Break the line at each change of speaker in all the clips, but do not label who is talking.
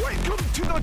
Welcome to the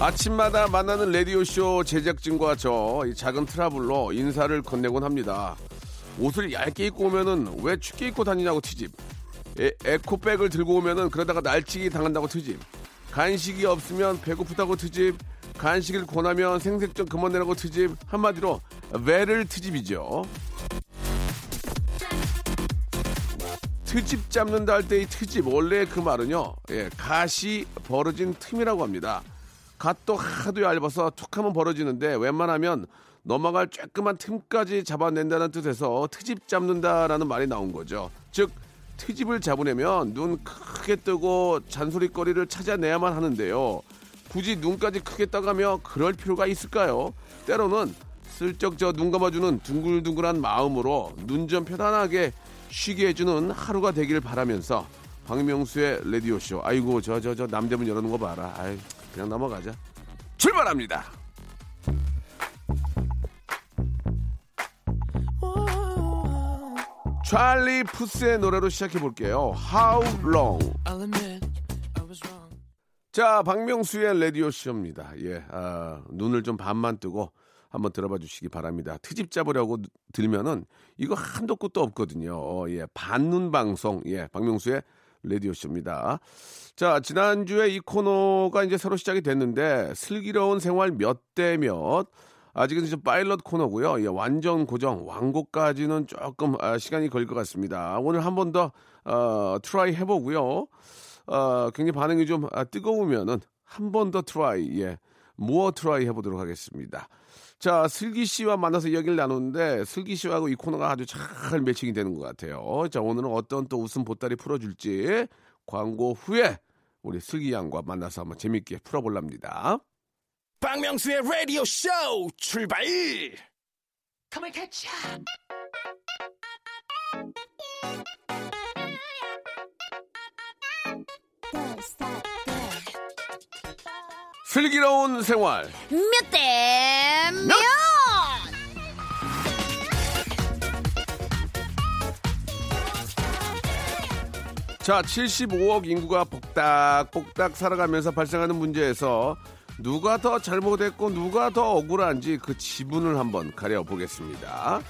아침마다 만나는 라디오쇼 제작진과 저 이 작은 트러블로 인사를 건네곤 합니다 옷을 얇게 입고 오면은 왜 춥게 입고 다니냐고 트집 예, 에, 에코백을 들고 오면은 그러다가 날치기 당한다고 트집 간식이 없으면 배고프다고 트집 간식을 권하면 생색 좀 그만 내라고 트집 한마디로 외를 트집이죠 트집 잡는다 할 때 이 트집 원래 그 말은요 예, 갓이 벌어진 틈이라고 합니다 갓도 하도 얇아서 툭하면 벌어지는데 웬만하면 넘어갈 쬐끄만 틈까지 잡아낸다는 뜻에서 트집 잡는다라는 말이 나온 거죠 즉 트집을 잡으려면 눈 크게 뜨고 잔소리거리를 찾아내야만 하는데요 굳이 눈까지 크게 떠가며 그럴 필요가 있을까요 때로는 슬쩍 저 눈 감아주는 둥글둥글한 마음으로 눈 좀 편안하게 쉬게 해주는 하루가 되길 바라면서 박명수의 라디오 쇼. 아이고 저 저 저 남대문 열어놓은 거 봐라. 아이 그냥 넘어가자. 출발합니다. 찰리 푸스의 노래로 시작해 볼게요. How long?
I'll admit I was wrong.
자, 박명수의 라디오 쇼입니다. 예, 아, 눈을 좀 반만 뜨고 한번 들어봐 주시기 바랍니다. 트집 잡으려고 누- 들면은 이거 한도 끝도 없거든요. 어, 예, 반눈 방송. 예, 박명수의 라디오 쇼입니다. 자, 지난주에 이 코너가 이제 새로 시작이 됐는데 슬기로운 생활 몇 대 몇. 아직은 좀 파일럿 코너고요. 예, 완전 고정, 완고까지는 조금 아, 시간이 걸릴 것 같습니다. 오늘 한 번 더 어, 트라이 해보고요. 어, 굉장히 반응이 좀 아, 뜨거우면은 한 번 더 트라이, 예. 모어 트라이 해보도록 하겠습니다. 자, 슬기 씨와 만나서 이야기를 나누는데 슬기 씨하고 이 코너가 아주 잘 매칭이 되는 것 같아요. 자, 오늘은 어떤 또 웃음 보따리 풀어줄지 광고 후에 우리 슬기 양과 만나서 한번 재밌게 풀어볼랍니다.
박명수의 라디오 쇼 출발!
슬기로운 생활.
몇 대
예.
몇?
자, 75억 인구가 복닥복닥 살아가면서 발생하는 문제에서 누가 더 잘못했고 누가 더 억울한지 그 지분을 한번 가려보겠습니다.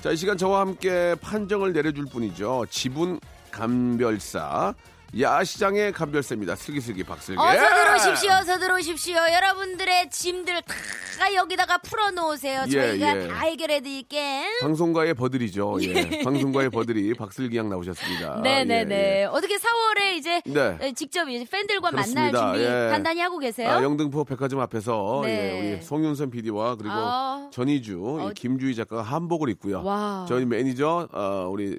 자, 이 시간 저와 함께 판정을 내려줄 분이죠. 지분 감별사. 야시장의 감별사입니다. 슬기슬기 박슬기.
어서 들어오십시오, 어서 들어오십시오. 여러분들의 짐들 다 여기다가 풀어놓으세요.
예,
저희가
예.
다 해결해드릴게.
방송가의 버들이죠. 예. 방송가의 버들이 박슬기 양 나오셨습니다.
네네네.
예, 예.
어떻게 4월에 이제
네.
에, 직접 이제 팬들과 만날
그렇습니다.
준비
예.
간단히 하고 계세요?
아, 영등포 백화점 앞에서
네.
예, 우리 송윤선 PD와 그리고
아.
전희주, 이 김주희 작가가 한복을 입고요.
와.
저희 매니저 어, 우리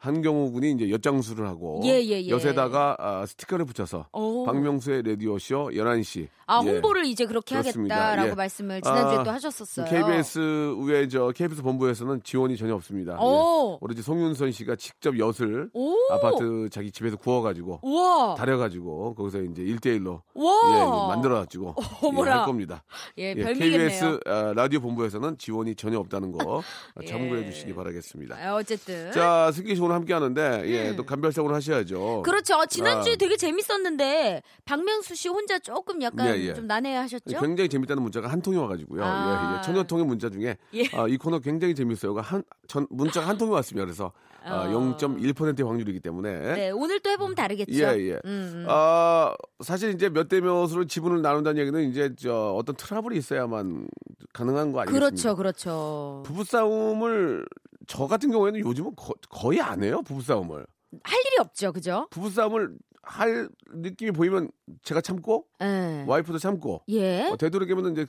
한경호 군이 이제 엿장수를 하고
예, 예, 예.
옆에다가 아, 스티커를 붙여서
오.
박명수의 라디오 쇼 11시
아,
예.
홍보를 이제 그렇게
그렇습니다.
하겠다라고
예.
말씀을 지난주에
아,
또 하셨었어요.
KBS 의회 저 KBS 본부에서는 지원이 전혀 없습니다.
오.
예. 오로지 송윤선 씨가 직접 엿을
오.
아파트 자기 집에서 구워가지고
우와.
다려가지고 거기서 이제 일대일로 예,
우와.
만들어가지고 예,
어머나.
할 겁니다.
예,
예,
별미겠네요.
KBS 아, 라디오 본부에서는 지원이 전혀 없다는 거 아, 참고해 주시기 바라겠습니다.
예. 아, 어쨌든.
자, 승기 씨 오늘 함께 하는데, 예, 또 간별사고를 하셔야죠.
그렇죠. 지난주에
아.
되게 재밌었는데 박명수 씨 혼자 조금 약간
예, 예.
좀 난해하셨죠?
굉장히 재밌다는 문자가 한 통이 와가지고요.
아.
예, 예. 천여 통의 문자 중에
예.
아, 이 코너 굉장히 재밌어요가 한, 전, 문자가 한 통이 왔습니다. 그래서 아,
어.
0.1%의 확률이기 때문에
네, 오늘 또 해보면 다르겠죠.
예, 예.
음, 음.
아, 사실 이제 몇 대 몇으로 지분을 나눈다는 얘기는 이제 저 어떤 트러블이 있어야만 가능한 거 아니겠습니까?
그렇죠, 그렇죠.
부부싸움을 저 같은 경우에는 요즘은 거, 거의 안 해요. 부부싸움을.
할 일이 없죠, 그죠?
부부싸움을 할 느낌이 보이면 제가 참고
예.
와이프도 참고
예.
어, 되도록이면 이제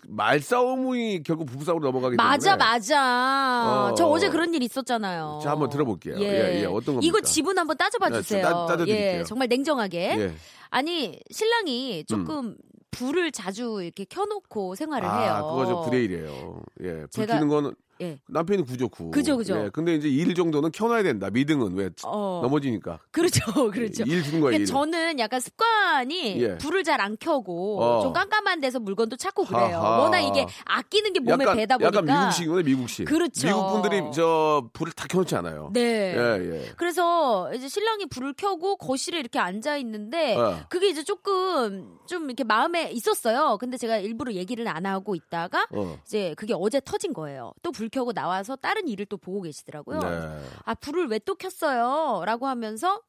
말싸움이 결국 부부싸움으로 넘어가기
맞아,
때문에
맞아.
어.
저 어제 그런 일 있었잖아요.
자, 한번 들어볼게요. 예, 예. 어떤 겁니까?
이거 지분 한번 따져봐
네,
주세요.
따- 따져드릴게요.
예, 정말 냉정하게.
예.
아니 신랑이 조금 불을 자주 이렇게 켜놓고 생활을 해요.
아, 그거 저 불의일이에요. 예, 불
제가-
켜는 거는
예.
남편이 구조구.
그죠, 그죠.
예, 근데 이제 일 정도는 켜놔야 된다. 미등은 왜
어.
넘어지니까.
그렇죠, 그렇죠.
일 준 거야,
그러니까
일.
저는 약간 습관이
예.
불을 잘 안 켜고
어.
좀 깜깜한 데서 물건도 찾고 그래요.
하하.
워낙 이게 아끼는 게 몸에
약간,
배다 보니까.
약간 미국식이구나, 미국식.
그렇죠.
미국 분들이 저 불을 다 켜놓지 않아요.
네.
예, 예.
그래서 이제 신랑이 불을 켜고 거실에 이렇게 앉아 있는데
어.
그게 이제 조금 좀 이렇게 마음에 있었어요. 근데 제가 일부러 얘기를 안 하고 있다가
어.
이제 그게 어제 터진 거예요. 또 불 켜고 나와서 다른 일을 또 보고 계시더라고요.
네.
아 불을 왜 또 켰어요? 라고 하면서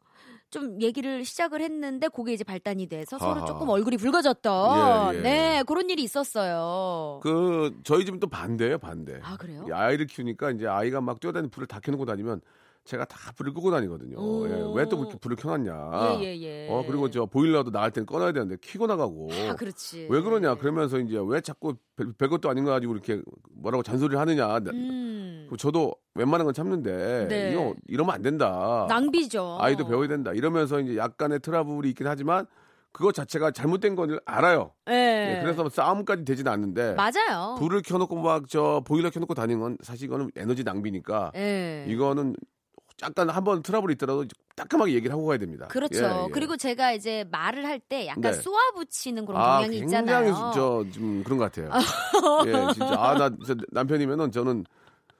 좀 얘기를 시작을 했는데 그게 이제 발단이 돼서 서로
아하.
조금 얼굴이 붉어졌던
예, 예.
네 그런 일이 있었어요.
그 저희 집은 또 반대예요, 반대.
아 그래요?
이 아이를 키우니까 이제 아이가 막 뛰어다니는 불을 다 켜놓고 다니면 제가 다 불을 끄고 다니거든요.
오.
예, 왜 또 불을 켜놨냐.
예, 예, 예.
어 그리고 저 보일러도 나갈 때는 꺼놔야 되는데 켜고 나가고.
아 그렇지.
왜 그러냐 그러면서 이제 왜 자꾸 별, 별것도 아닌 거 가지고 이렇게 뭐라고 잔소리를 하느냐. 나-
음,
저도 웬만한 건 참는데
네.
이거 이러면 안 된다.
낭비죠.
아, 아이도 배워야 된다. 이러면서 이제 약간의 트러블이 있긴 하지만 그거 자체가 잘못된 건 알아요.
예.
예, 그래서 싸움까지 되진 않는데
맞아요.
불을 켜놓고 막 저 보일러 켜놓고 다니는 건 사실 이거는 에너지 낭비니까
예.
이거는 약간 한번 트러블이 있더라도 따끔하게 얘기를 하고 가야 됩니다. 예,
그렇죠.
예.
그리고 제가 이제 말을 할 때 약간
네.
쏘아붙이는 그런
아,
경향이
굉장히
있잖아요.
저좀 그런 것 같아요. 예, 진짜 아나 남편이면은 저는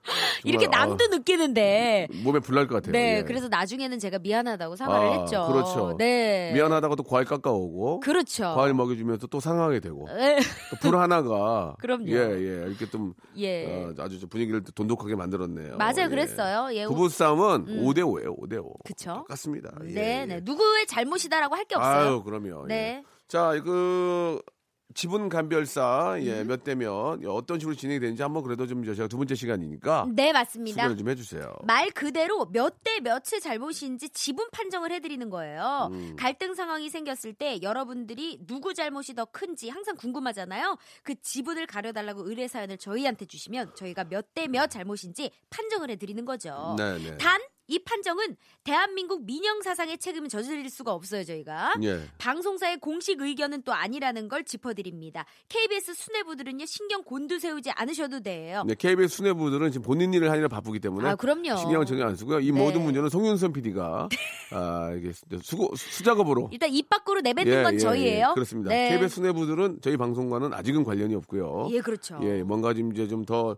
정말,
이렇게 남도 느끼는데.
어, 몸에 불날 것 같아요.
네,
예.
그래서 나중에는 제가 미안하다고 사과를
아,
했죠.
그렇죠.
네.
미안하다고 또 과일 깎아오고
그렇죠.
과일 먹여주면서 또 상하게 되고
예.
불 하나가
그럼요.
예예 이렇게 좀
예.
어, 아주 좀 분위기를 또 돈독하게 만들었네요.
맞아요,
예.
그랬어요. 예.
부부 싸움은 5대 5예요. 5대 5.
그쵸?
똑같습니다. 예,
네,
예.
네. 누구의 잘못이다라고 할 게 없어요.
아유, 그럼요.
네.
예. 자, 그 지분 간별사
음.
예, 몇 대면 어떤 식으로 진행이 되는지 한번 그래도 좀 제가 두 번째 시간이니까
네, 맞습니다.
소개를 좀해 주세요.
말 그대로 몇 대 몇의 잘못인지 지분 판정을 해드리는 거예요.
음.
갈등 상황이 생겼을 때 여러분들이 누구 잘못이 더 큰지 항상 궁금하잖아요. 그 지분을 가려달라고 의뢰 사연을 저희한테 주시면 저희가 몇 대 몇 잘못인지 판정을 해드리는 거죠.
네, 네.
단 이 판정은 대한민국 민영 사상의 책임을 저지를 수가 없어요 저희가.
예.
방송사의 공식 의견은 또 아니라는 걸 짚어드립니다. KBS 수뇌부들은요 신경 곤두세우지 않으셔도 돼요.
네, KBS 수뇌부들은 지금 본인 일을 하느라 바쁘기 때문에
아, 그럼요.
신경을 전혀 안 쓰고요. 이
네.
모든 문제는 송윤선 PD가 아, 이게 수고 수작업으로
일단 입 밖으로 내뱉는 건 저희예요.
그렇습니다.
네.
KBS 수뇌부들은 저희 방송과는 아직은 관련이 없고요.
예, 그렇죠.
예, 뭔가 좀 이제 좀더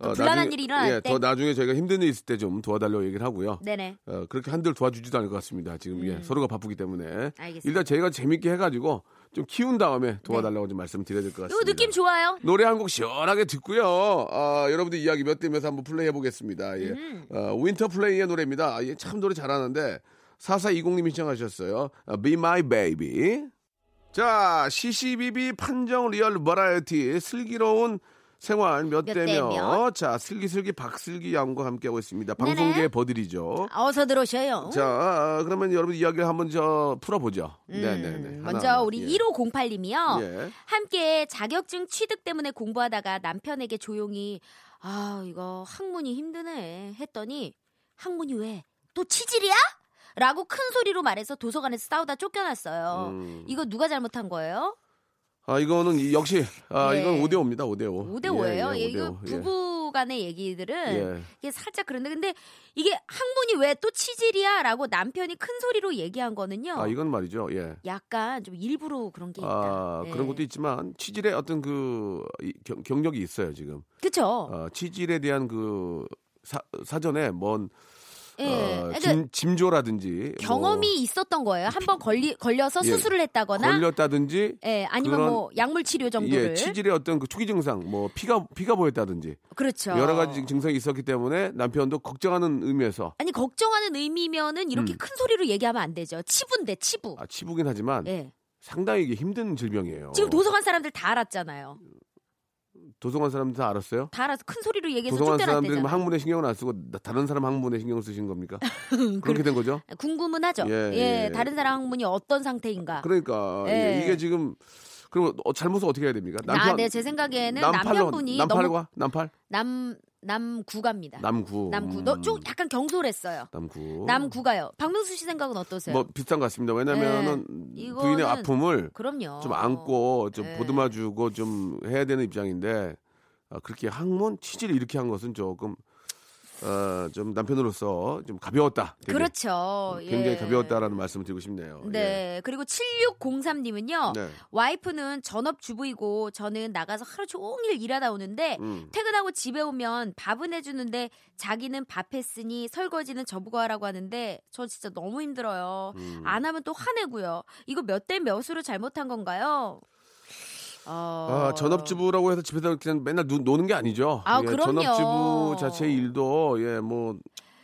불안한 일이 일어날
예,
때.
더 나중에 저희가 힘든 일 있을 때 좀 도와달라고 얘기를 하고요.
네네. 음.
어, 그렇게 한들 도와주지도 않을 것 같습니다. 지금 예, 서로가 바쁘기 때문에
알겠습니다.
일단 저희가 재밌게 해가지고 좀 키운 다음에 도와달라고 좀 말씀드려야 을 될것
요
같습니다.
네. 느낌 좋아요.
노래 한 곡 시원하게 듣고요. 아, 여러분들 이야기 몇 대 몇에 한번 플레이 해보겠습니다. 예.
음.
어, 윈터 플레이의 노래입니다. 아, 예, 참 노래 잘하는데 4420님이 신청하셨어요. 아, Be My Baby. 자, CCBB 판정 리얼 버라이어티 슬기로운 생활 몇
몇대
대며
몇?
자 슬기슬기 박슬기 양과 함께하고 있습니다. 방송계 버들이죠.
어서 들어오셔요.
자 아, 그러면 여러분 이야기를 한번 저 풀어보죠. 예, 네네네.
음, 먼저
하나,
우리
예.
1508님이요.
예.
함께 자격증 취득 때문에 공부하다가 남편에게 조용히 아 이거 학문이 힘드네 했더니 학문이 왜 또 치질이야? 라고 큰 소리로 말해서 도서관에서 싸우다 쫓겨났어요.
음.
이거 누가 잘못한 거예요?
아 이거는 이- 역시 아
예.
이건 5대 5입니다. 5대 5.
5대 5예요. 이거 부부 간의 얘기들은
예.
이게 살짝 그런데 근데 이게 학문이 왜 또 치질이야라고 남편이 큰 소리로 얘기한 거는요.
아 이건 말이죠. 예.
약간 좀 일부러 그런 게 있다.
아
네.
그런 것도 있지만 치질의 어떤 그 이- 경- 경력이 있어요 지금.
그쵸.
어, 치질에 대한 그 사, 사전에 뭔
예.
어,
그러니까
짐, 짐조라든지 뭐
경험이 있었던 거예요. 한번 걸리 걸려서
예.
수술을 했다거나,
걸렸다든지
예, 아니면
그런-
뭐 약물 치료 정도를.
예, 치질의 어떤 그 초기 증상 뭐 피가 피가 보였다든지
그렇죠.
여러 가지 증상이 있었기 때문에 남편도 걱정하는 의미에서
아니 걱정하는 의미면은 이렇게 큰 소리로 얘기하면 안 되죠. 치부인데 치부.
음. 아, 치부긴 하지만
예.
상당히 이게 힘든 질병이에요.
지금 도서관 사람들 다 알았잖아요.
도서관 사람들 다 알았어요?
다 알아서 큰 소리로 얘기해서
도서관 사람들이 뭐
쫓겨났대잖아요.
학문에 신경을 안 쓰고 나- 다른 사람 학문에 신경을 쓰신 겁니까? 그렇게 된 거죠?
궁금은 하죠.
예,
예,
예.
다른 사람 학문이 어떤 상태인가.
그러니까
예.
예, 이게 지금 그럼 어, 잘못을 어떻게 해야 됩니까?
아, 네, 제 아, 네, 생각에는
남팔로-
남편분이
남팔과
너무
남팔
남 남구갑니다.
남구. 음,
남구. 너 좀 약간 경솔했어요.
남구.
남구가요. 박명수 씨 생각은 어떠세요?
뭐 비슷한 것 같습니다. 왜냐면은
네,
부인의
이거는- 어,
아픔을
그럼요.
좀 안고 좀
네.
보듬어주고 좀 해야 되는 입장인데 아, 그렇게 항문 치질 이렇게 한 것은 조금 어, 좀 남편으로서 좀 가벼웠다. 되게. 음,
그렇죠.
굉장히
예.
가벼웠다라는 말씀을 드리고 싶네요. 예.
네. 그리고 7603님은요.
네.
와이프는 전업주부이고 저는 나가서 하루 종일 일하다 오는데
음.
퇴근하고 집에 오면 밥은 해주는데 자기는 밥했으니 설거지는 저보고 하라고 하는데 저 진짜 너무 힘들어요.
음.
안 하면 또 화내고요. 이거 몇 대 몇으로 잘못한 건가요? 어...
아, 전업주부라고 해서 집에서 그냥 맨날 누, 노는 게 아니죠.
아,
예,
그럼요.
전업주부 자체의 일도 예, 뭐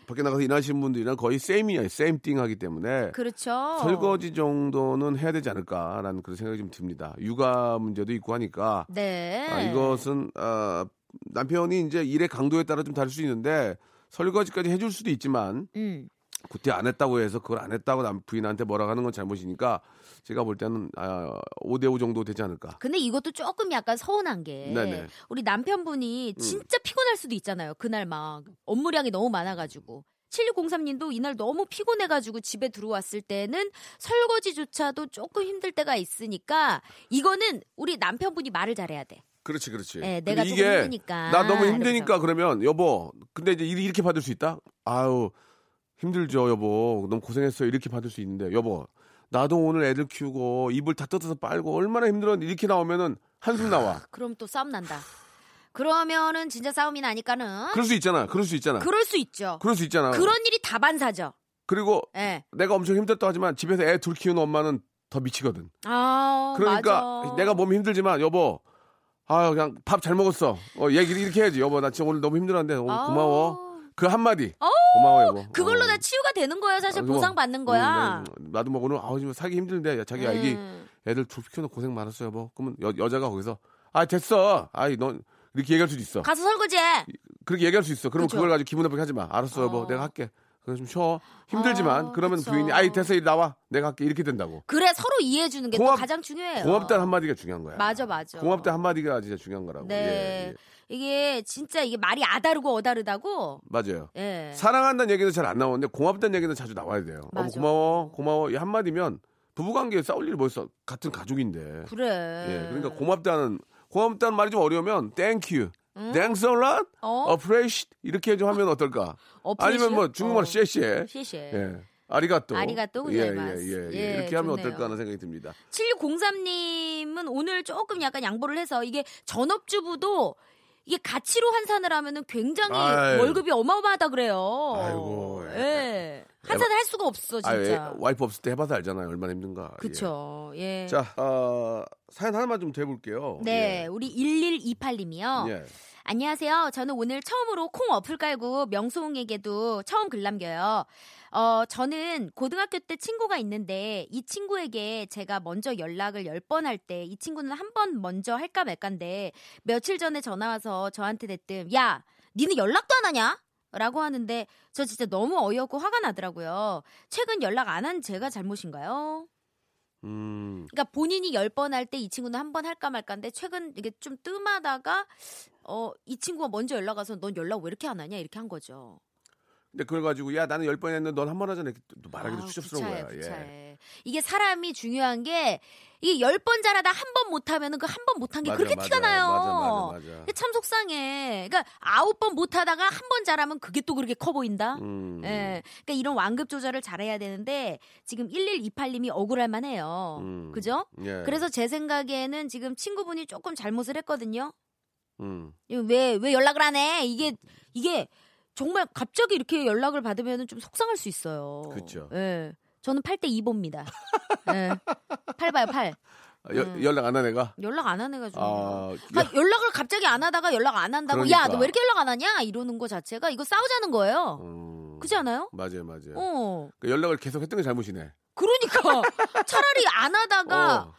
밖에 나가서 일하시는 분들이랑 거의 세임이에요. 세임띵 하기 때문에
그렇죠.
설거지 정도는 해야 되지 않을까라는 그런 생각이 좀 듭니다. 육아 문제도 있고 하니까
네.
아, 이것은 아, 남편이 이제 일의 강도에 따라 좀 다를 수 있는데 설거지까지 해줄 수도 있지만
음.
그때 안 했다고 해서 그걸 안 했다고 남 부인한테 뭐라고 하는 건 잘못이니까 제가 볼 때는 아, 5대5 정도 되지 않을까.
근데 이것도 조금 약간 서운한 게
네네. 음.
우리 남편분이 진짜 피곤할 수도 있잖아요. 그날 막 업무량이 너무 많아가지고. 7603님도 이날 너무 피곤해가지고 집에 들어왔을 때는 설거지조차도 조금 힘들 때가 있으니까 이거는 우리 남편분이 말을 잘해야 돼.
그렇지, 그렇지.
예,
근데
내가 조금
이게
힘드니까.
나 너무 힘드니까 그러면 여보, 근데 이제 일 이렇게 받을 수 있다? 아유, 힘들죠, 여보. 너무 고생했어요. 이렇게 받을 수 있는데, 여보, 나도 오늘 애들 키우고 이불 다 뜯어서 빨고 얼마나 힘들었는데 이렇게 나오면은 한숨 나와.
그럼 또 싸움 난다. 그러면은 진짜 싸움이 나니까는
그럴 수 있잖아. 그럴 수 있잖아.
그럴 수 있죠.
그러니까. 그럴 수 있잖아.
그런 일이 다반사죠.
그리고
예.
내가 엄청 힘들다 하지만 집에서 애 둘 키우는 엄마는 더 미치거든.
아,
그러니까
맞아.
내가 몸이 힘들지만 여보, 아 그냥 밥 잘 먹었어. 어, 얘기를 이렇게 해야지. 여보, 나 지금 오늘 너무 힘들었는데 오늘
아우.
고마워. 그 한마디.
아우,
고마워 여보.
그걸로
어.
다 치유가 되는 거예요. 사실
아, 그거-
보상 받는 거야.
음, 나- 나도 뭐 오늘 아우 지금 살기 힘든데 야, 자기 야 애기
음.
애들 둘 키우는 고생 많았어 여보. 그러면 여, 여자가 거기서 아 됐어. 아이 넌 이렇게 얘기할 수도 있어.
가서 설거지해.
그렇게 얘기할 수 있어. 그러면
그죠.
그걸 가지고 기분 나쁘게 하지 마. 알았어 여보,
어.
내가 할게. 그래 좀 쉬어. 힘들지만
아,
그러면
그쵸.
부인이 아이 됐어 일 나와. 내가 할게 이렇게 된다고.
그래 서로 이해해 주는 게 또
고맙-
가장 중요해요.
고맙다는 한마디가 중요한 거야.
맞아 맞아.
고맙다 한마디가 진짜 중요한 거라고.
네.
예, 예.
이게 진짜 이게 말이 아다르고 어다르다고.
맞아요.
예.
사랑한다는 얘기는 잘 안 나오는데 고맙다는 얘기는 자주 나와야 돼요. 어머,
맞아.
고마워, 고마워. 이 한마디면 부부관계에 싸울 일이 뭐 있어. 같은 가족인데.
그래.
예. 그러니까 고맙다는 고맙다는 말이 좀 어려우면 thank you. Thanks a lot.
음? 어?
Appreciate 이렇게 좀 하면 어떨까?
어플이시요?
아니면 뭐
어.
중국말 쎄쎄.
쉐쉐.
예. 아리가또.
아리가또
예,
고자이마스.
예, 예, 예.
예,
이렇게 하면
좋네요.
어떨까 하는 생각이 듭니다.
7603님은 오늘 조금 약간 양보를 해서 이게 전업주부도 이게 가치로 환산을 하면은 굉장히
아유.
월급이 어마어마하다 그래요.
아이고,
예.
예.
환산을 할 수가 없어
아, 예,
진짜.
와이프 없을 때 해봐서 알잖아요. 얼마나 힘든가. 예.
그쵸. 예.
자, 어, 사연 하나만 좀 돼볼게요.
네,
예.
우리 1128님이요.
예.
안녕하세요. 저는 오늘 처음으로 콩 어플 깔고 명수홍에게도 처음 글 남겨요. 어, 저는 고등학교 때 친구가 있는데 이 친구에게 제가 먼저 연락을 10번 할 때 이 친구는 한 번 먼저 할까 말까인데 며칠 전에 전화 와서 저한테 대뜸 야, 니는 연락도 안 하냐? 라고 하는데 저 진짜 너무 어이없고 화가 나더라고요. 최근 연락 안 한 제가 잘못인가요?
음,
그러니까 본인이 열 번 할 때 이 친구는 한 번 할까 말까인데 최근 이게 좀 뜸하다가 어 이 친구가 먼저 연락 와서 넌 연락 왜 이렇게 안 하냐 이렇게 한 거죠.
근데 그걸 가지고 야 나는 열 번 했는데 넌 한 번 하잖아. 이렇게 또 말하기도
아우,
추접스러운
구차해,
거야. 예.
구차해. 이게 사람이 중요한 게 이게 열 번 잘하다 한 번 못하면은 그 한 번 못한 게
맞아,
그렇게
맞아,
티가 나요. 예.
맞아, 맞아, 맞아.
그게 참 속상해. 그러니까 아홉 번 못하다가 한 번 잘하면 그게 또 그렇게 커 보인다.
음,
예. 그러니까 이런 완급 조절을 잘해야 되는데 지금 1128님이 억울할 만해요.
음.
그죠?
예.
그래서 제 생각에는 지금 친구분이 조금 잘못을 했거든요.
음,
왜 왜 연락을 안 해? 이게 이게 정말 갑자기 이렇게 연락을 받으면 좀 속상할 수 있어요.
그쵸.
예. 저는 8대 2봅니다. 예. 8 봐요, 8.
아, 여-
음.
연락 안 한 애가.
연락 안 하네 가지고.
아,
연락을 갑자기 안 하다가 연락 안 한다고 야,
그러니까.
너 왜 이렇게 연락 안 하냐? 이러는 거 자체가 이거 싸우자는 거예요.
음,
그렇지 않아요?
맞아요, 맞아요.
어.
그 연락을 계속 했던 게 잘못이네.
그러니까 차라리 안 하다가 어.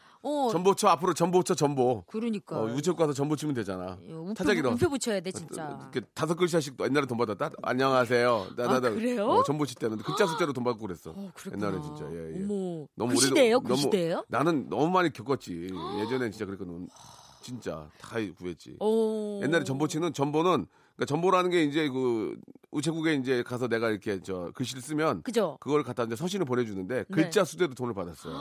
전보처 앞으로 전보처 전보.
그러니까.
어, 우측 가서 전보 치면 되잖아.
예, 우표,
타자기로.
우표 붙여야 돼, 진짜.
이렇게 다섯 글자씩 또 옛날에 돈 받았다. 안녕하세요. 나,
아, 그래요?
어, 전보 칠 때는 글자 숫자로 돈 받고 그랬어.
어, 그랬구나.
옛날에 진짜. 예, 예.
어머.
너무
그
오래도-
시대예요? 그
너무-
시대예요?
나는 너무 많이 겪었지. 예전엔 진짜 그랬거든. 진짜 다 구했지.
어. 오.
옛날에 전보치는 전보는 그러니까 전보라는 게 이제 그 우체국에 이제 가서 내가 이렇게 저 글씨를 쓰면
그죠? 네.
그걸 갖다 이제 서신을 보내주는데 글자 수대도 돈을 받았어요.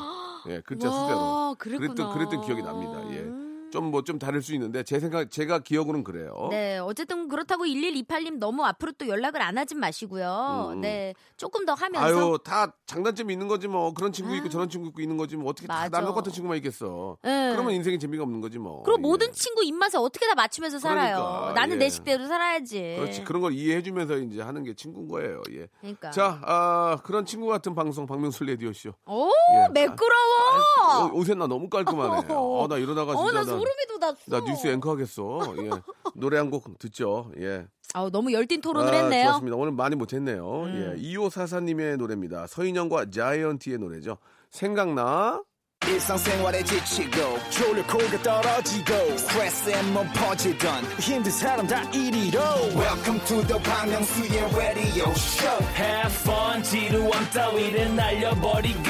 예, 글자 수대로.
와, 그랬구나.
그랬던 그랬던 기억이 납니다. 예.
음.
좀 뭐 좀 다를 수 있는데 제 생각 제가 기억으로는 그래요.
네, 어쨌든 그렇다고 1128님 너무 앞으로 또 연락을 안 하진 마시고요.
음.
네, 조금 더 하면서 아.
아유 다 장단점이 있는 거지 뭐 그런 친구 있고 저런 친구 있고 있는 거지 뭐 어떻게 다
맞아.
남의 같은 친구만 있겠어.
예.
그러면 인생이 재미가 없는 거지 뭐.
그럼
예.
모든 친구 입맛에 어떻게 다 맞추면서 살아요.
그러니까,
나는
예.
내 식대로 살아야지.
그렇지 그런 걸 이해해주면서 이제 하는 게 친구인 거예요. 예.
러니까
자 아, 그런 친구 같은 방송 박명수 레디오 쇼.
오,
예.
매끄러워.
옷에 나 너무 깔끔하네.
어. 어허.
어, 나 이러다가
어,
진짜
나 소름이 돋았어.
나 뉴스 앵커 하겠어. 예. 노래 한 곡 듣죠. 예.
아우, 너무 열띤 토론을
아,
했네요. 음.
좋았습니다. 오늘 많이 못했네요. 예. 2544님의 노래입니다. 서인영과 자이언티의 노래죠. 생각나.
일상생활에 지치고,
졸려 코가 떨어지고
스트레스에 몸 퍼지던,
힘든 사람 다 이리로
welcome to the Bang Myung-soo's radio show
Have fun 지루함 따위를 날려버리고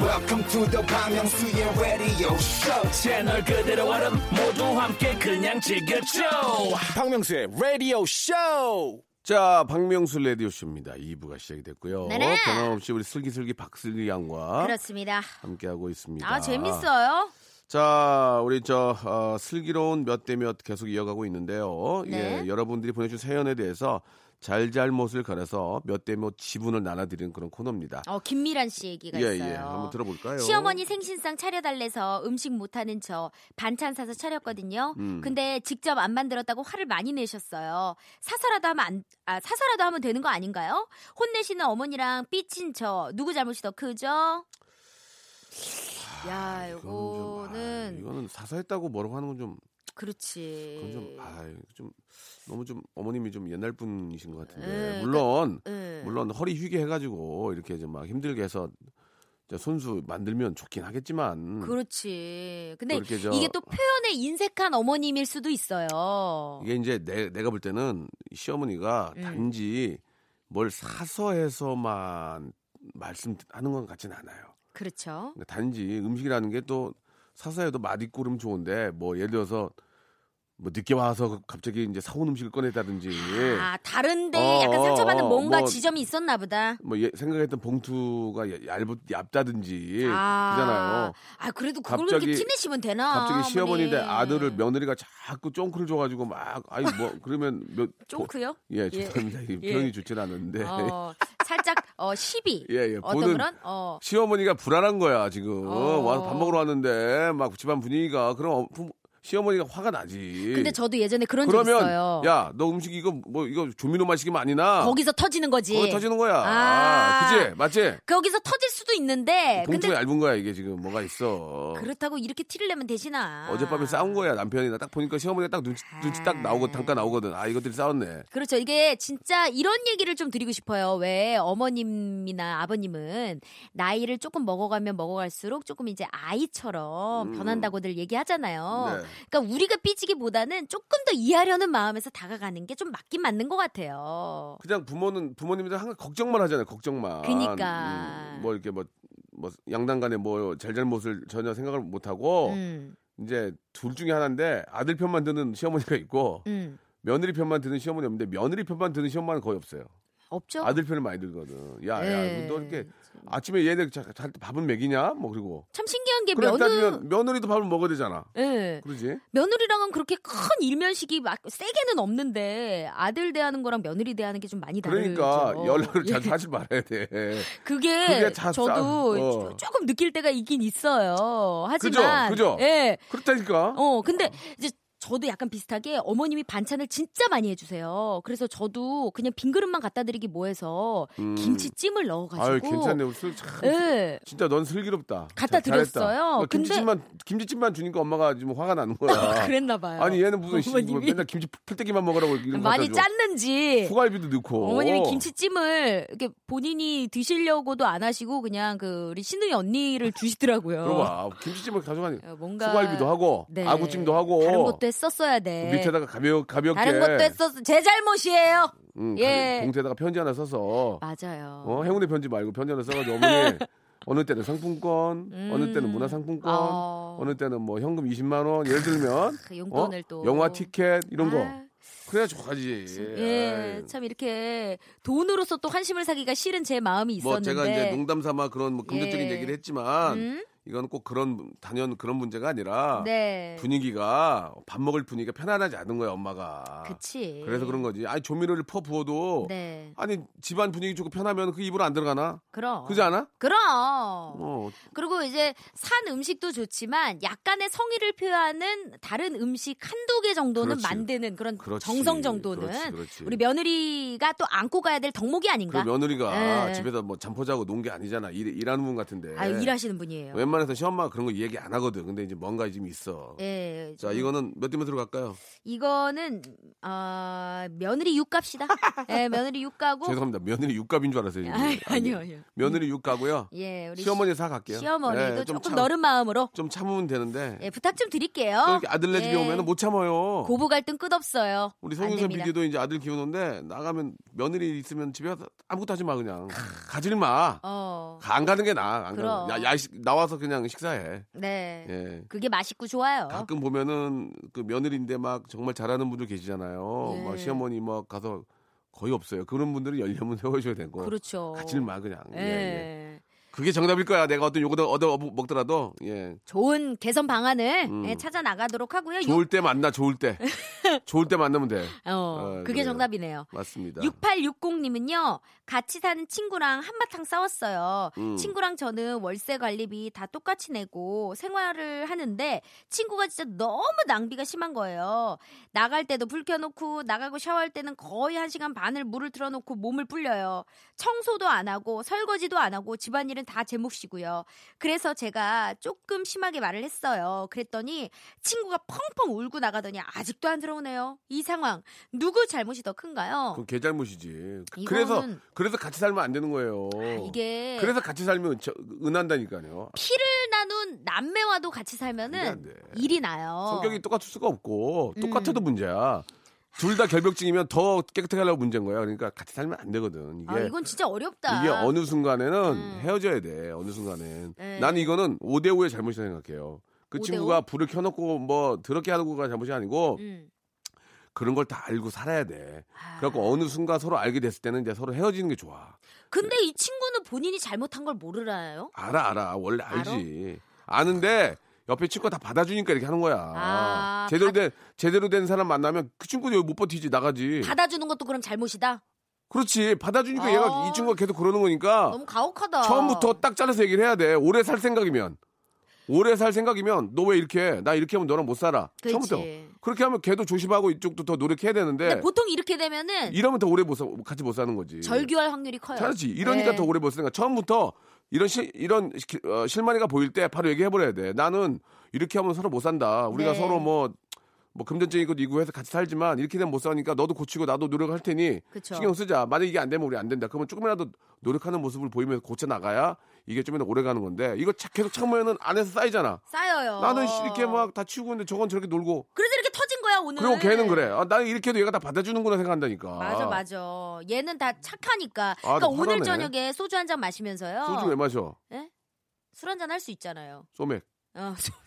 welcome to the Bang Myung-soo's radio show
채널 그대로 얼음 모두 함께 그냥 즐겨줘
박명수의 라디오 쇼
자, 박명수 레디오 쇼입니다. 2부가 시작이 됐고요.
네네.
변함없이 우리 슬기슬기 박슬기 양과
그렇습니다.
함께하고 있습니다.
아, 재밌어요.
자, 우리 저 어, 슬기로운 몇 대 몇 계속 이어가고 있는데요.
네.
예, 여러분들이 보내준 사연에 대해서 잘잘못을 가려서 몇 대 몇 지분을 나눠드리는 그런 코너입니다.
어, 김미란 씨 얘기가
예,
있어요.
예. 한번 들어볼까요?
시어머니 생신상 차려달래서 음식 못하는 저 반찬 사서 차렸거든요.
음.
근데 직접 안 만들었다고 화를 많이 내셨어요. 사서라도 하면 안, 아, 사서라도 하면 되는 거 아닌가요? 혼내시는 어머니랑 삐친 저 누구 잘못이 더 크죠? 야,
아, 이건 좀, 아이,
이거는
이거는 사사했다고 뭐라고 하는 건 좀, 그건
그렇지.
좀, 아, 좀 너무 좀 어머님이 좀 옛날 분이신 것 같은데
예,
물론
예.
물론 허리 휘게 해가지고 이렇게 좀 막 힘들게 해서 저 손수 만들면 좋긴 하겠지만
그 그렇지. 근데
그렇게 저-
이게 또 표현에 인색한 어머님일 수도 있어요.
이게 이제 내, 내가 볼 때는 시어머니가 단지 뭘 사서 해서만 말씀하는 건 같진 않아요.
그렇죠.
그러니까 단지 음식이라는 게 또 사서 해도 맛있고 그러면 좋은데 뭐 예를 들어서 뭐 늦게 와서 갑자기 이제 사온 음식을 꺼냈다든지
아, 다른데
예. 어,
약간
어,
상처받는
어,
뭔가
뭐-
지점이 있었나 보다.
뭐 예- 생각했던 봉투가 얇- 얇, 다든지 그잖아요.
아, 그래도 그걸
예, 갑자기-
그렇게 티내시면 되나?
갑자기 시어머니 대
아, 어머니.
아들을 며느리가 자꾸 쫑크를 줘가지고 막 아이 뭐 그러면 몇
쫑크요?
예 죄송합니다 이
예.
표현이 좋진 않은데
어, 살짝 어, 시비.
예, 예,
어떤
보는-
그런 어,
시어머니가 불안한 거야 지금
어.
와서 밥 먹으러 왔는데 막 집안 분위기가 그럼 어, 부- 시어머니가 화가 나지.
근데 저도 예전에 그런 적 있어요.
그러면 야 너 음식 이거 뭐 이거 조미료 마시기만 아니나
거기서 터지는 거지.
거기 터지는 거야.
아.
아, 그지 맞지?
거기서 터질 수도 있는데
봉투가
근데
얇은 거야 이게 지금 뭐가 있어.
그렇다고 이렇게 티를 내면 되시나?
어젯밤에 싸운 거야 남편이나 딱 보니까 시어머니가 딱 눈치 눈치 딱 나오고 단가 나오거든. 아 이것들이 싸웠네.
그렇죠. 이게 진짜 이런 얘기를 좀 드리고 싶어요. 왜 어머님이나 아버님은 나이를 조금 먹어가면 먹어갈수록 조금 이제 아이처럼 변한다고들 얘기하잖아요.
음. 네.
그러니까 우리가 삐지기보다는 조금 더 이해하려는 마음에서 다가가는 게 좀 맞긴 맞는 것 같아요.
그냥 부모는 부모님들 항상 걱정만 하잖아요. 걱정만.
그니까.
음, 뭐 이렇게 뭐. 뭐 양당간에 뭐 잘잘못을 전혀 생각을 못 하고
음,
이제 둘 중에 하나인데 아들 편만 드는 시어머니가 있고
음.
며느리 편만 드는 시어머니 없는데 며느리 편만 드는 시어머니는 거의 없어요.
없죠?
아들 네. 편을 많이 들거든. 야,
예.
야, 너 이렇게 아침에 얘네 자- 잘때 밥은 먹이냐? 뭐 그리고
참 신기한 게
그러니까 그래
며느,
따지면 며느리도 밥을 먹어야 되잖아.
예.
그러지?
며느리랑은 그렇게 큰 일면식이 막 세게는 없는데 아들 대하는 거랑 며느리 대하는 게 좀 많이 다르죠.
그러니까 연락을
예.
자주 하지 말아야 돼.
그게,
그게 다 싸움,
저도
어.
조금 느낄 때가 있긴 있어요. 하지만
그죠?
예.
그렇다니까.
어, 근데 이제 저도 약간 비슷하게 어머님이 반찬을 진짜 많이 해주세요. 그래서 저도 그냥 빈 그릇만 갖다 드리기 뭐해서 김치찜을 넣어가지고
음. 아유 괜찮네. 우리 슬- 참,
예.
진짜 넌 슬기롭다.
갖다
자- 잘했다.
드렸어요.
그러니까 김치찜만 김치찜만 주니까 엄마가 지금 화가 나는 거야.
그랬나 봐요.
아니 얘는 무슨 씨, 뭐
어머님이
맨날 김치 풀떼기만 먹으라고 이런 거
많이
갖다 줘.
짰는지
소갈비도 넣고.
예. 어머님이 김치찜을 이렇게 본인이 드시려고도 안 하시고 그냥 그 우리 신우이 언니를 주시더라고요.
그러봐 김치찜을 가져가니
어, 뭔가
소갈비도 하고
네.
아구찜도 하고
다른 것도 했었어야
그
돼.
밑에다가 가벼 가볍게
다른 것도 했었어. 제 잘못이에요.
응,
예.
봉투에다가 편지 하나 써서
맞아요.
어, 행운의 편지 말고 편지 하나 써가지고 어머니 어느 때는 상품권, 어느
음.
때는 문화상품권,
어.
어느 때는 뭐 현금 20만 원 예를 들면 어?
그 용돈을 또.
영화 티켓 이런 거
아,
그래야 좋아지.
예, 참 이렇게 돈으로서 또 한심을 사기가 싫은 제 마음이
뭐
있었는데.
제가 이제 농담 삼아 그런 뭐 긍정적인
예.
얘기를 했지만
음?
이건 꼭 그런 단연 그런 문제가 아니라
네.
분위기가 밥 먹을 분위기가 편안하지 않은 거야 엄마가.
그치.
래서 그런 거지. 아니 조미료를 퍼 부어도
네.
아니 집안 분위기 좋고 편하면 그 입으로 안 들어가나?
그럼.
그지 않아?
그럼.
어,
그리고 이제 산 음식도 좋지만 약간의 성의를 표하는 다른 음식 한두 개 정도는
그렇지.
만드는 그런
그렇지.
정성 정도는
그렇지, 그렇지.
우리 며느리가 또 안고 가야 될 덕목이
그
아닌가?
며느리가
예.
집에서 뭐 잠포자고 논 게 아니잖아. 일, 하는분 같은데.
아, 일하시는 분이에요.
웬만해서 시엄마가 그런 거 얘기 안 하거든. 근데 이제 뭔가 지금 있어.
예.
자, 이거는 몇 대 몇으로 갈까요?
이거는 아, 며느리 육갑시다 예, 며느리 육가고
죄송합니다. 며느리 육갑인 줄 알았어요. 지금.
아니, 아니요, 아니요.
며느리 육가고요.
예, 우리
시어머니 사 갈게요.
시어머니도
예, 좀
조금
참-
너른 마음으로
좀 참으면 되는데.
예, 부탁 좀 드릴게요.
또 이렇게 아들네 집에
예,
오면 못 참아요.
고부 갈등 끝없어요.
우리
안
송윤선
됩니다.
PD도 이제 아들 키우는데 나가면 며느리 있으면 집에 가서 아무것도 하지 마 그냥 가질 마.
어.
안 가는 게 나아. 안
그럼.
가는. 야, 야식 나와서 그냥 식사해.
네.
예.
그게 맛있고 좋아요.
가끔 보면은 그 며느리인데 막 정말 잘하는 분들 계시잖아요.
예.
막 시어머니 막 가서 거의 없어요. 그런 분들은 열려문 세워줘야 되고.
그렇죠.
가질 마 그냥. 예.
예.
예. 그게 정답일 거야. 내가 어떤 요거도 얻어 먹더라도 예.
좋은 개선 방안을
음.
예, 찾아 나가도록 하고요. 육-
좋을 때 만나. 좋을 때. 좋을 때 만나면 돼.
어,
어,
그게
그래요.
정답이네요.
맞습니다.
6860님은요, 같이 사는 친구랑 한바탕 싸웠어요.
음.
친구랑 저는 월세 관리비 다 똑같이 내고 생활을 하는데 친구가 진짜 너무 낭비가 심한 거예요. 나갈 때도 불 켜놓고 나가고 샤워할 때는 거의 한 시간 반을 물을 틀어놓고 몸을 불려요. 청소도 안 하고 설거지도 안 하고 집안일은 다 제 몫이고요. 그래서 제가 조금 심하게 말을 했어요. 그랬더니 친구가 펑펑 울고 나가더니 아직도 안 들어오네요. 이 상황 누구 잘못이 더 큰가요?
그건 걔 잘못이지.
이거는- 아,
그래서 그래서 같이 살면 안 되는 거예요.
이게
어. 그래서 같이 살면 저- 은한다니까요.
어. 피를 나눈 남매와도 같이
안
살면은
돼, 안 돼.
일이 나요.
성격이 똑같을 수가 없고
음.
똑같아도 문제야. 둘 다 결벽증이면 더 깨끗하게 하려고 문제인 거야. 그러니까 같이 살면 안 되거든. 이게
아, 이건 진짜 어렵다.
예.
음.
이게 어느 순간에는 헤어져야 돼. 어느 순간엔.
네.
나는 이거는 5대 5의 잘못이라 생각해요. 그
5대5?
친구가 불을 켜놓고 뭐 더럽게 하는 거가 잘못이 아니고
음.
그런 걸 다 알고 살아야 돼.
아.
그래갖고 어느 순간 서로 알게 됐을 때는 이제 서로 헤어지는 게 좋아. 예.
근데 이 친구는 본인이 잘못한 걸 모르나요?
알아 알아 원래 알지. 아는데 옆에 친구가 다 받아주니까 이렇게 하는 거야.
아,
제대로 된 제대로 된 사람 만나면 그 친구도 못 버티지 나가지.
받아주는 것도 그럼 잘못이다.
그렇지 받아주니까
아.
얘가 이 친구가 계속 그러는 거니까
너무 가혹하다.
처음부터 딱 잘라서 얘기를 해야 돼. 오래 살 생각이면. 오래 살 생각이면 너 왜 이렇게 해? 나 이렇게 하면 너랑 못 살아.
그치.
처음부터. 그렇게 하면 걔도 조심하고 이쪽도 더 노력해야
근데
되는데
보통 이렇게 되면은
이러면 더 오래 못 사, 같이 못 사는 거지.
절규할 확률이 커요.
그렇지. 이러니까
네.
더 오래 못 사니까 처음부터 이런 실 이런 시- 어, 실마리가 보일 때 바로 얘기해 버려야 돼. 나는 이렇게 하면 서로 못 산다. 우리가
네.
서로 뭐 뭐 금전적인 것도 이고 해서 같이 살지만 이렇게 되면 못 사니까 너도 고치고 나도 노력할 테니
그쵸.
신경 쓰자. 만약 이게 안 되면 우리 안 된다. 그러면 조금이라도 노력하는 모습을 보이면서 고쳐 나가야 이게 좀이라 오래 가는 건데 이걸 차- 계속 참으면은 안에서 쌓이잖아.
쌓여요.
나는 씨- 이렇게 막 다 치우고 있는데 저건 저렇게 놀고
그래서 이렇게 터진 거야 오늘.
그리고 걔는 그래. 아, 나는 이렇게 해도 얘가 다 받아주는구나 생각한다니까.
네. 맞아 맞아. 얘는 다 착하니까.
아,
그러니까
나
오늘
화나네.
저녁에 소주 한 잔 마시면서요.
소주 왜 마셔?
술한잔 할 수 있잖아요.
소맥.
어,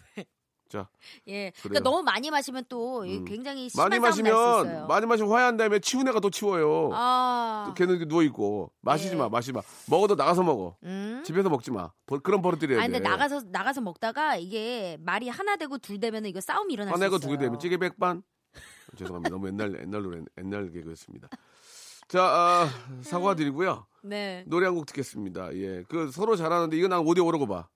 자,
예.
그래요.
그러니까 너무 많이 마시면 또
음.
굉장히 심한
많이
싸움 날수 있어요.
마시면 많이 마시면 화해한 다음에 치운 애가 더 치워요.
아.
또 걔는 누워 있고 마시지
예.
마, 마시지 마. 먹어도 나가서 먹어.
음.
집에서 먹지 마. 버- 그런 버릇들이야.
아 근데 나가서 나가서 먹다가 이게 말이 하나 되고 둘 되면 이거 싸움이 일어날 수
화내고
있어요.
두개 되면 찌개 백반. 죄송합니다. 너무 옛날 옛날 노래 옛날 개그였습니다. 자 아, 사과드리고요.
네.
노래 한 곡 듣겠습니다. 예, 그 서로 잘하는데 이건 난 5대 5라고 봐.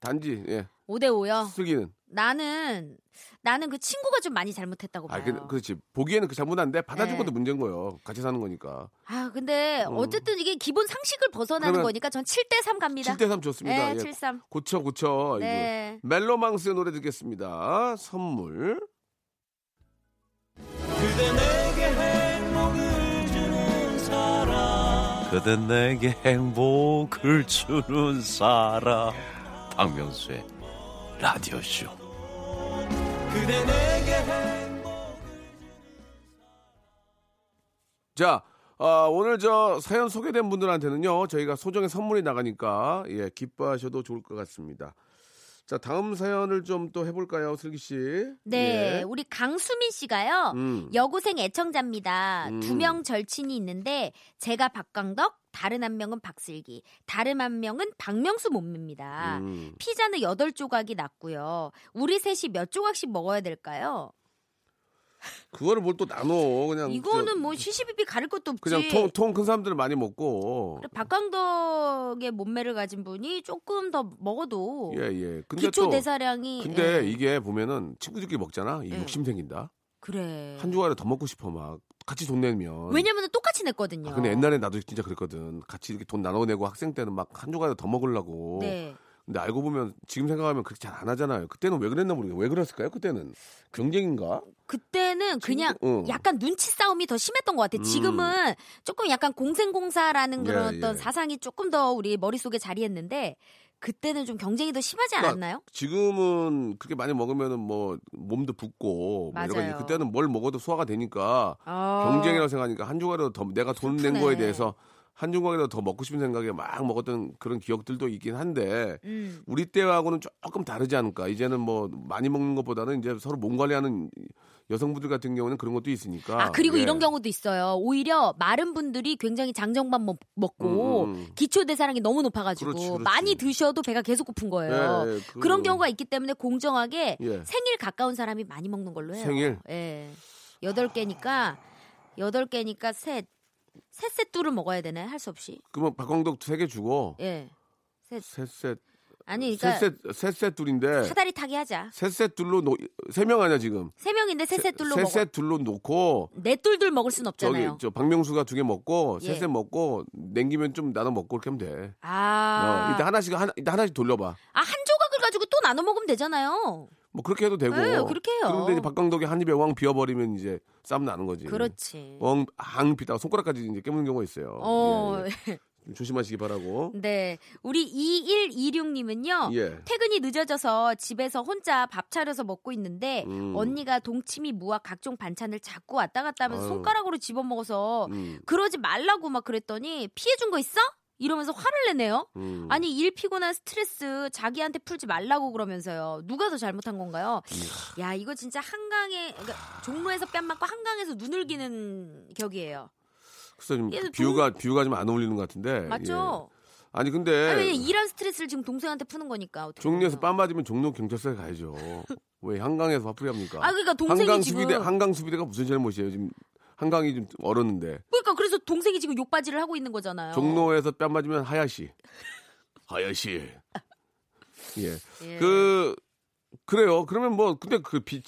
단지 예,
5대 5요.
쓰기는.
나는 나는 그 친구가 좀 많이 잘못했다고
아,
봐요.
그, 그렇지. 보기에는 그 잘못한데 받아준
예.
것도 문제인 거예요. 같이 사는 거니까.
아, 근데
음.
어쨌든 이게 기본 상식을 벗어나는
그러면
거니까 전 7 대 3 갑니다.
7대 3 좋습니다.
네,
예.
7 3.
고쳐 고쳐. 이거.
네.
멜로망스의 노래 듣겠습니다. 선물.
그대 내게 행복을 주는 사람 박명수의 라디오쇼
자, 아, 오늘 저 사연 소개된 분들한테는요, 저희가 소정의 선물이 나가니까, 예, 기뻐하셔도 좋을 것 같습니다. 자, 다음 사연을 좀 또 해볼까요, 슬기 씨?
네,
예.
우리 강수민 씨가요.
음.
여고생 애청자입니다.
음.
두 명 절친이 있는데 제가 박광덕, 다른 한 명은 박슬기, 다른 한 명은 박명수 몸매입니다.
음.
피자는 여덟 조각이 났고요. 우리 셋이 몇 조각씩 먹어야 될까요?
그거를 뭘 또 나눠, 그냥.
이거는 뭐 시시비비 가릴 것도 없지.
저, 그냥 통, 통 큰 사람들은 많이 먹고.
그래, 박광덕의 몸매를 가진 분이 조금 더 먹어도
예, 예. 근데
그렇죠. 기초
또.
대사량이
근데
예.
이게 보면은 친구들끼리 먹잖아. 이
예.
욕심 생긴다.
그래.
한 조각이라도 더 먹고 싶어, 막. 같이 돈 내면.
왜냐면 똑같이 냈거든요.
아, 근데 옛날에 나도 진짜 그랬거든. 같이 이렇게 돈 나눠 내고 학생 때는 막 한 조각이라도 더 먹으려고.
네.
근데 알고 보면 지금 생각하면 그렇게 잘 안 하잖아요. 그때는 왜 그랬나 모르겠어요. 왜 그랬을까요? 그때는 경쟁인가?
그때는 그냥
응.
약간 눈치 싸움이 더 심했던 것 같아.
어. 음.
지금은 조금 약간 공생공사라는
예,
그런 어떤
예.
사상이 조금 더 우리 머릿속에 자리했는데 그때는 좀 경쟁이 더 심하지
그러니까
않았나요?
지금은 그렇게 많이 먹으면은 뭐 몸도 붓고 뭐 여러 가지.
맞아요. 아.
그때는 뭘 먹어도 소화가 되니까 경쟁이라고 생각하니까 한 조각이라도 더 내가 돈 낸
슬프네.
거에 대해서 한 조각이라도 더 먹고 싶은 생각에 막 먹었던 그런 기억들도 있긴 한데
음.
우리 때하고는 조금 다르지 않을까. 이제는 뭐 많이 먹는 것보다는 이제 서로 몸 관리하는 여성분들 같은 경우는 그런 것도 있으니까.
아 그리고
예.
이런 경우도 있어요. 오히려 마른 분들이 굉장히 장정밥 먹, 먹고
음, 음.
기초 대사량이 너무 높아가지고
그렇지, 그렇지.
많이 드셔도 배가 계속 고픈 거예요.
예, 예, 그-
그런 경우가 있기 때문에 공정하게
예.
생일 가까운 사람이 많이 먹는 걸로 해요.
생일?
예. 여덟 개니까 여덟 개니까 셋. 셋셋 뚜를 먹어야 되네 할 수 없이.
그러면 박광덕 세 개 주고
예.
셋셋
아니 그러니까
셋셋 셋셋 둘인데
사다리 타기 하자.
셋셋 둘로 세명 아니야 지금
세 명인데 셋셋 뚜로 먹어.
셋셋 둘로 놓고
네 뚜들 먹을 순
저기
없잖아요.
저 박명수가 두 개 먹고
예.
셋셋 먹고 냉기면 좀 나눠 먹고 이렇게 하면 돼.
아.
어, 일단 하나씩 하나 일단 하나씩 돌려봐.
아, 한 조각을 가지고 또 나눠 먹으면 되잖아요.
뭐 그렇게 해도 되고.
네, 그렇게 해요.
런데 이제 박광덕이 한 입에 왕 비워버리면 이제 싸움 나는 거지.
그렇지.
왕항 비다가 손가락까지 이제 깨무는 경우가 있어요.
어,
예, 예. 좀 조심하시기 바라고.
네. 우리 2126님은요.
예.
퇴근이 늦어져서 집에서 혼자 밥 차려서 먹고 있는데
음.
언니가 동치미 무와 각종 반찬을 자꾸 왔다 갔다 하면서
아유.
손가락으로 집어 먹어서
음,
그러지 말라고 막 그랬더니 피해 준 거 있어? 이러면서 화를 내네요.
음.
아니 일 피곤한 스트레스 자기한테 풀지 말라고 그러면서요. 누가 더 잘못한 건가요? 야 이거 진짜 한강에
아.
그러니까 종로에서 뺨 맞고 한강에서 눈을 기는 격이에요.
글쎄 좀
얘는
비유가 비유가 좀 안 어울리는 것 같은데. 예.
맞죠?
아니 근데
아니 왜냐면 일한 스트레스를 지금 동생한테 푸는 거니까. 어떻게
네. 종로에서
보면.
빰 맞으면 종로 경찰서에 가야죠. 왜 한강에서 화풀이 합니까?
아 그러니까 동생이
한강
지금
수비대 한강 수비대가 무슨 잘못이에요? 지금 한강이 좀 얼었는데
그러니까 그래서 동생이 지금 욕바지를 하고 있는 거잖아요.
종로에서 뺨 맞으면 하야시. 하야시. 예.
예.
그 그래요. 그러면 뭐 근데 그 비-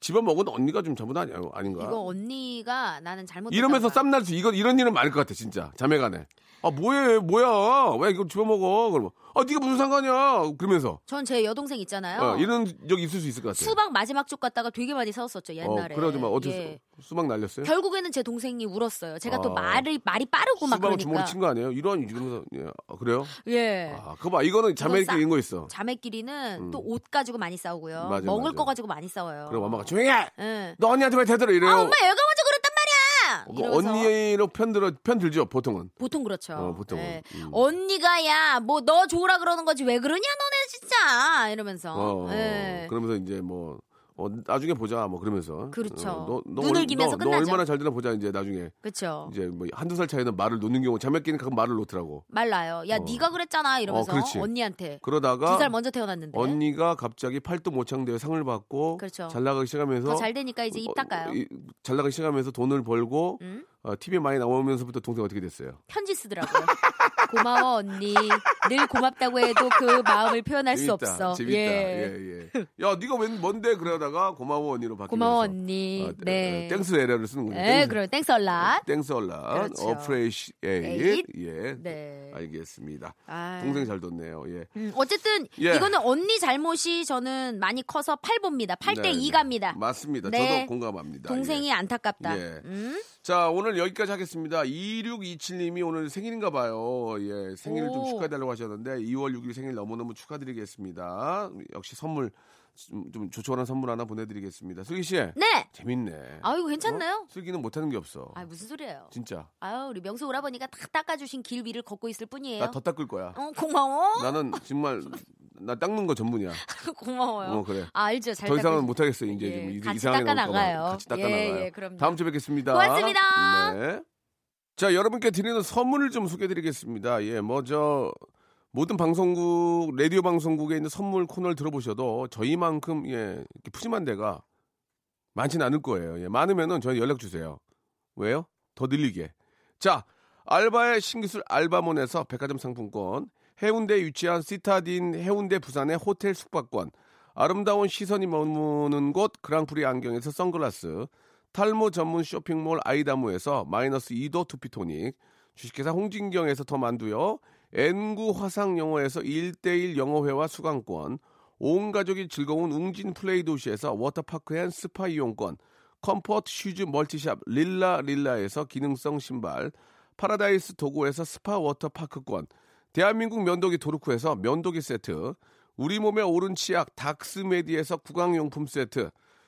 집어 먹은 언니가 좀 잘못 아니야 아닌가?
이거 언니가 나는 잘못
이러면서 쌈날 수 이거 이런 일은 많을 것 같아 진짜 자매간에. 아 뭐해 뭐야 왜 이거 집어 먹어? 그러면 아 네가 무슨 상관이야? 그러면서
전제 여동생 있잖아요.
어, 이런 적 있을 수 있을 것 같아.
수박 마지막 쪽 갔다가 되게 많이 사왔었죠 옛날에.
어, 그래가지고 막 어떻게
예.
수- 수박 날렸어요?
결국에는 제 동생이 울었어요. 제가 또
아.
말이 말이 빠르고 막
수박을
그러니까.
주먹으로 친 거 아니에요? 이런 이런 예. 아, 그래요?
예.
아, 그거 봐. 이거는
싸-
자매끼리 인거 있어.
자매끼리는 또 옷 가지고 많이 싸우고요.
맞아,
먹을
맞아.
거 가지고 많이 싸워요.
그럼 엄마가 조용히 해.
예.
너 언니한테 왜 대들어
아
이래요?
엄마 얘가 먼저 그랬단 말이야.
그
이러면서
언니로 편들어 편들죠 보통은.
보통 그렇죠.
어, 보통은. 음.
언니가야 뭐 너 좋으라 그러는 거지 왜 그러냐 너네 진짜 이러면서.
어,
예.
그러면서 이제 뭐 어, 나중에 보자 뭐 그러면서.
그렇죠.
어, 너, 너,
눈을
얼-
기면서
너, 너
끝나죠.
얼마나 잘 되나 보자 이제 나중에
그렇죠.
이제 뭐 한두 살 차이는 말을 놓는 경우 자매끼리는 가끔 말을 놓더라고.
말라요. 야
어.
네가 그랬잖아 이러면서
어, 그렇지.
언니한테 두
그러다가
살 먼저 태어났는데
언니가 갑자기 팔도 모창 대회 상을 받고
그렇죠.
잘 나가기 시작하면서
더 잘 되니까 이제 입 닦아요.
어, 이- 잘 나가기 시작하면서 돈을 벌고
음?
어, TV 많이 나오면서부터 동생 어떻게 됐어요?
편지 쓰더라고요. 고마워 언니. 늘 고맙다고 해도 그 마음을 표현할 수
재밌다,
없어.
재밌다.
예.
예, 예. 야, 네가 웬 뭔데 그러다가 고마워 언니로 바뀌면서.
고마워 언니.
아,
네.
에, 땡스 에라를 쓰는군요.
예, 그럼 땡스 얼라.
땡스 얼라. 어,
그렇죠.
어프레시에이.
에잇.
예.
네.
알겠습니다.
아.
동생 잘 뒀네요. 예.
음, 어쨌든
예.
이거는 언니 잘못이 저는 많이 커서 8봅니다. 8대
네,
2
네.
갑니다.
맞습니다.
네.
저도 공감합니다.
동생이
예.
안타깝다.
예.
음?
자, 오늘 여기까지 하겠습니다. 2627님이 오늘 생일인가 봐요. 예, 생일을 좀
오.
축하해달라고 하셨는데 2월 6일 생일 너무너무 축하드리겠습니다. 역시 선물 좀, 좀 조촐한 선물 하나 보내드리겠습니다. 슬기 씨
네.
재밌네.
아 이거 괜찮나요?
어? 슬기는 못하는 게 없어.
아 무슨 소리예요?
진짜
아유 우리 명수 오라버니가 다 닦아주신 길 위를 걷고 있을 뿐이에요.
나 더 닦을 거야.
어 고마워.
나는 정말 나 닦는 거 전문이야.
고마워요.
어, 그래.
아, 알죠. 잘
더 이상은
닦아주-
못 하겠어 이제
예,
좀 이-
같이
이상하게
닦아
나올까 봐.
나가요.
같이 닦아
예,
나가요.
예, 그럼요.
다음 주에 뵙겠습니다.
고맙습니다.
네. 자 여러분께 드리는 선물을 좀 소개드리겠습니다. 예, 뭐 저 모든 방송국 라디오 방송국에 있는 선물 코너를 들어보셔도 저희만큼 예 이렇게 푸짐한 데가 많지는 않을 거예요. 예, 많으면은 저희 연락 주세요. 왜요? 더 늘리게. 자, 알바의 신기술 알바몬에서 백화점 상품권, 해운대에 위치한 시타딘 해운대 부산의 호텔 숙박권, 아름다운 시선이 머무는 곳 그랑프리 안경에서 선글라스, 탈모 전문 쇼핑몰 아이다무에서 마이너스 2도 투피토닉, 주식회사 홍진경에서 더 만두요, N구 화상영어에서 1대1 영어회화 수강권, 온 가족이 즐거운 웅진 플레이 도시에서 워터파크 앤 스파 이용권, 컴포트 슈즈 멀티샵 릴라 릴라에서 기능성 신발, 파라다이스 도구에서 스파 워터파크권, 대한민국 면도기 도르쿠에서 면도기 세트, 우리 몸의 오른 치약 닥스메디에서 구강용품 세트,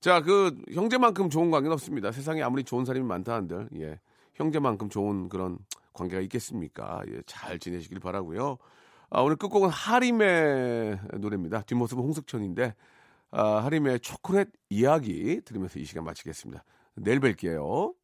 자, 그 형제만큼 좋은 관계는 없습니다. 세상에 아무리 좋은 사람이 많다 한들 예. 형제만큼 좋은 그런 관계가 있겠습니까? 예, 잘 지내시길 바라고요. 아, 오늘 끝곡은 하림의 노래입니다. 뒷모습은 홍석천인데 아, 하림의 초콜릿 이야기 들으면서 이 시간 마치겠습니다. 내일 뵐게요.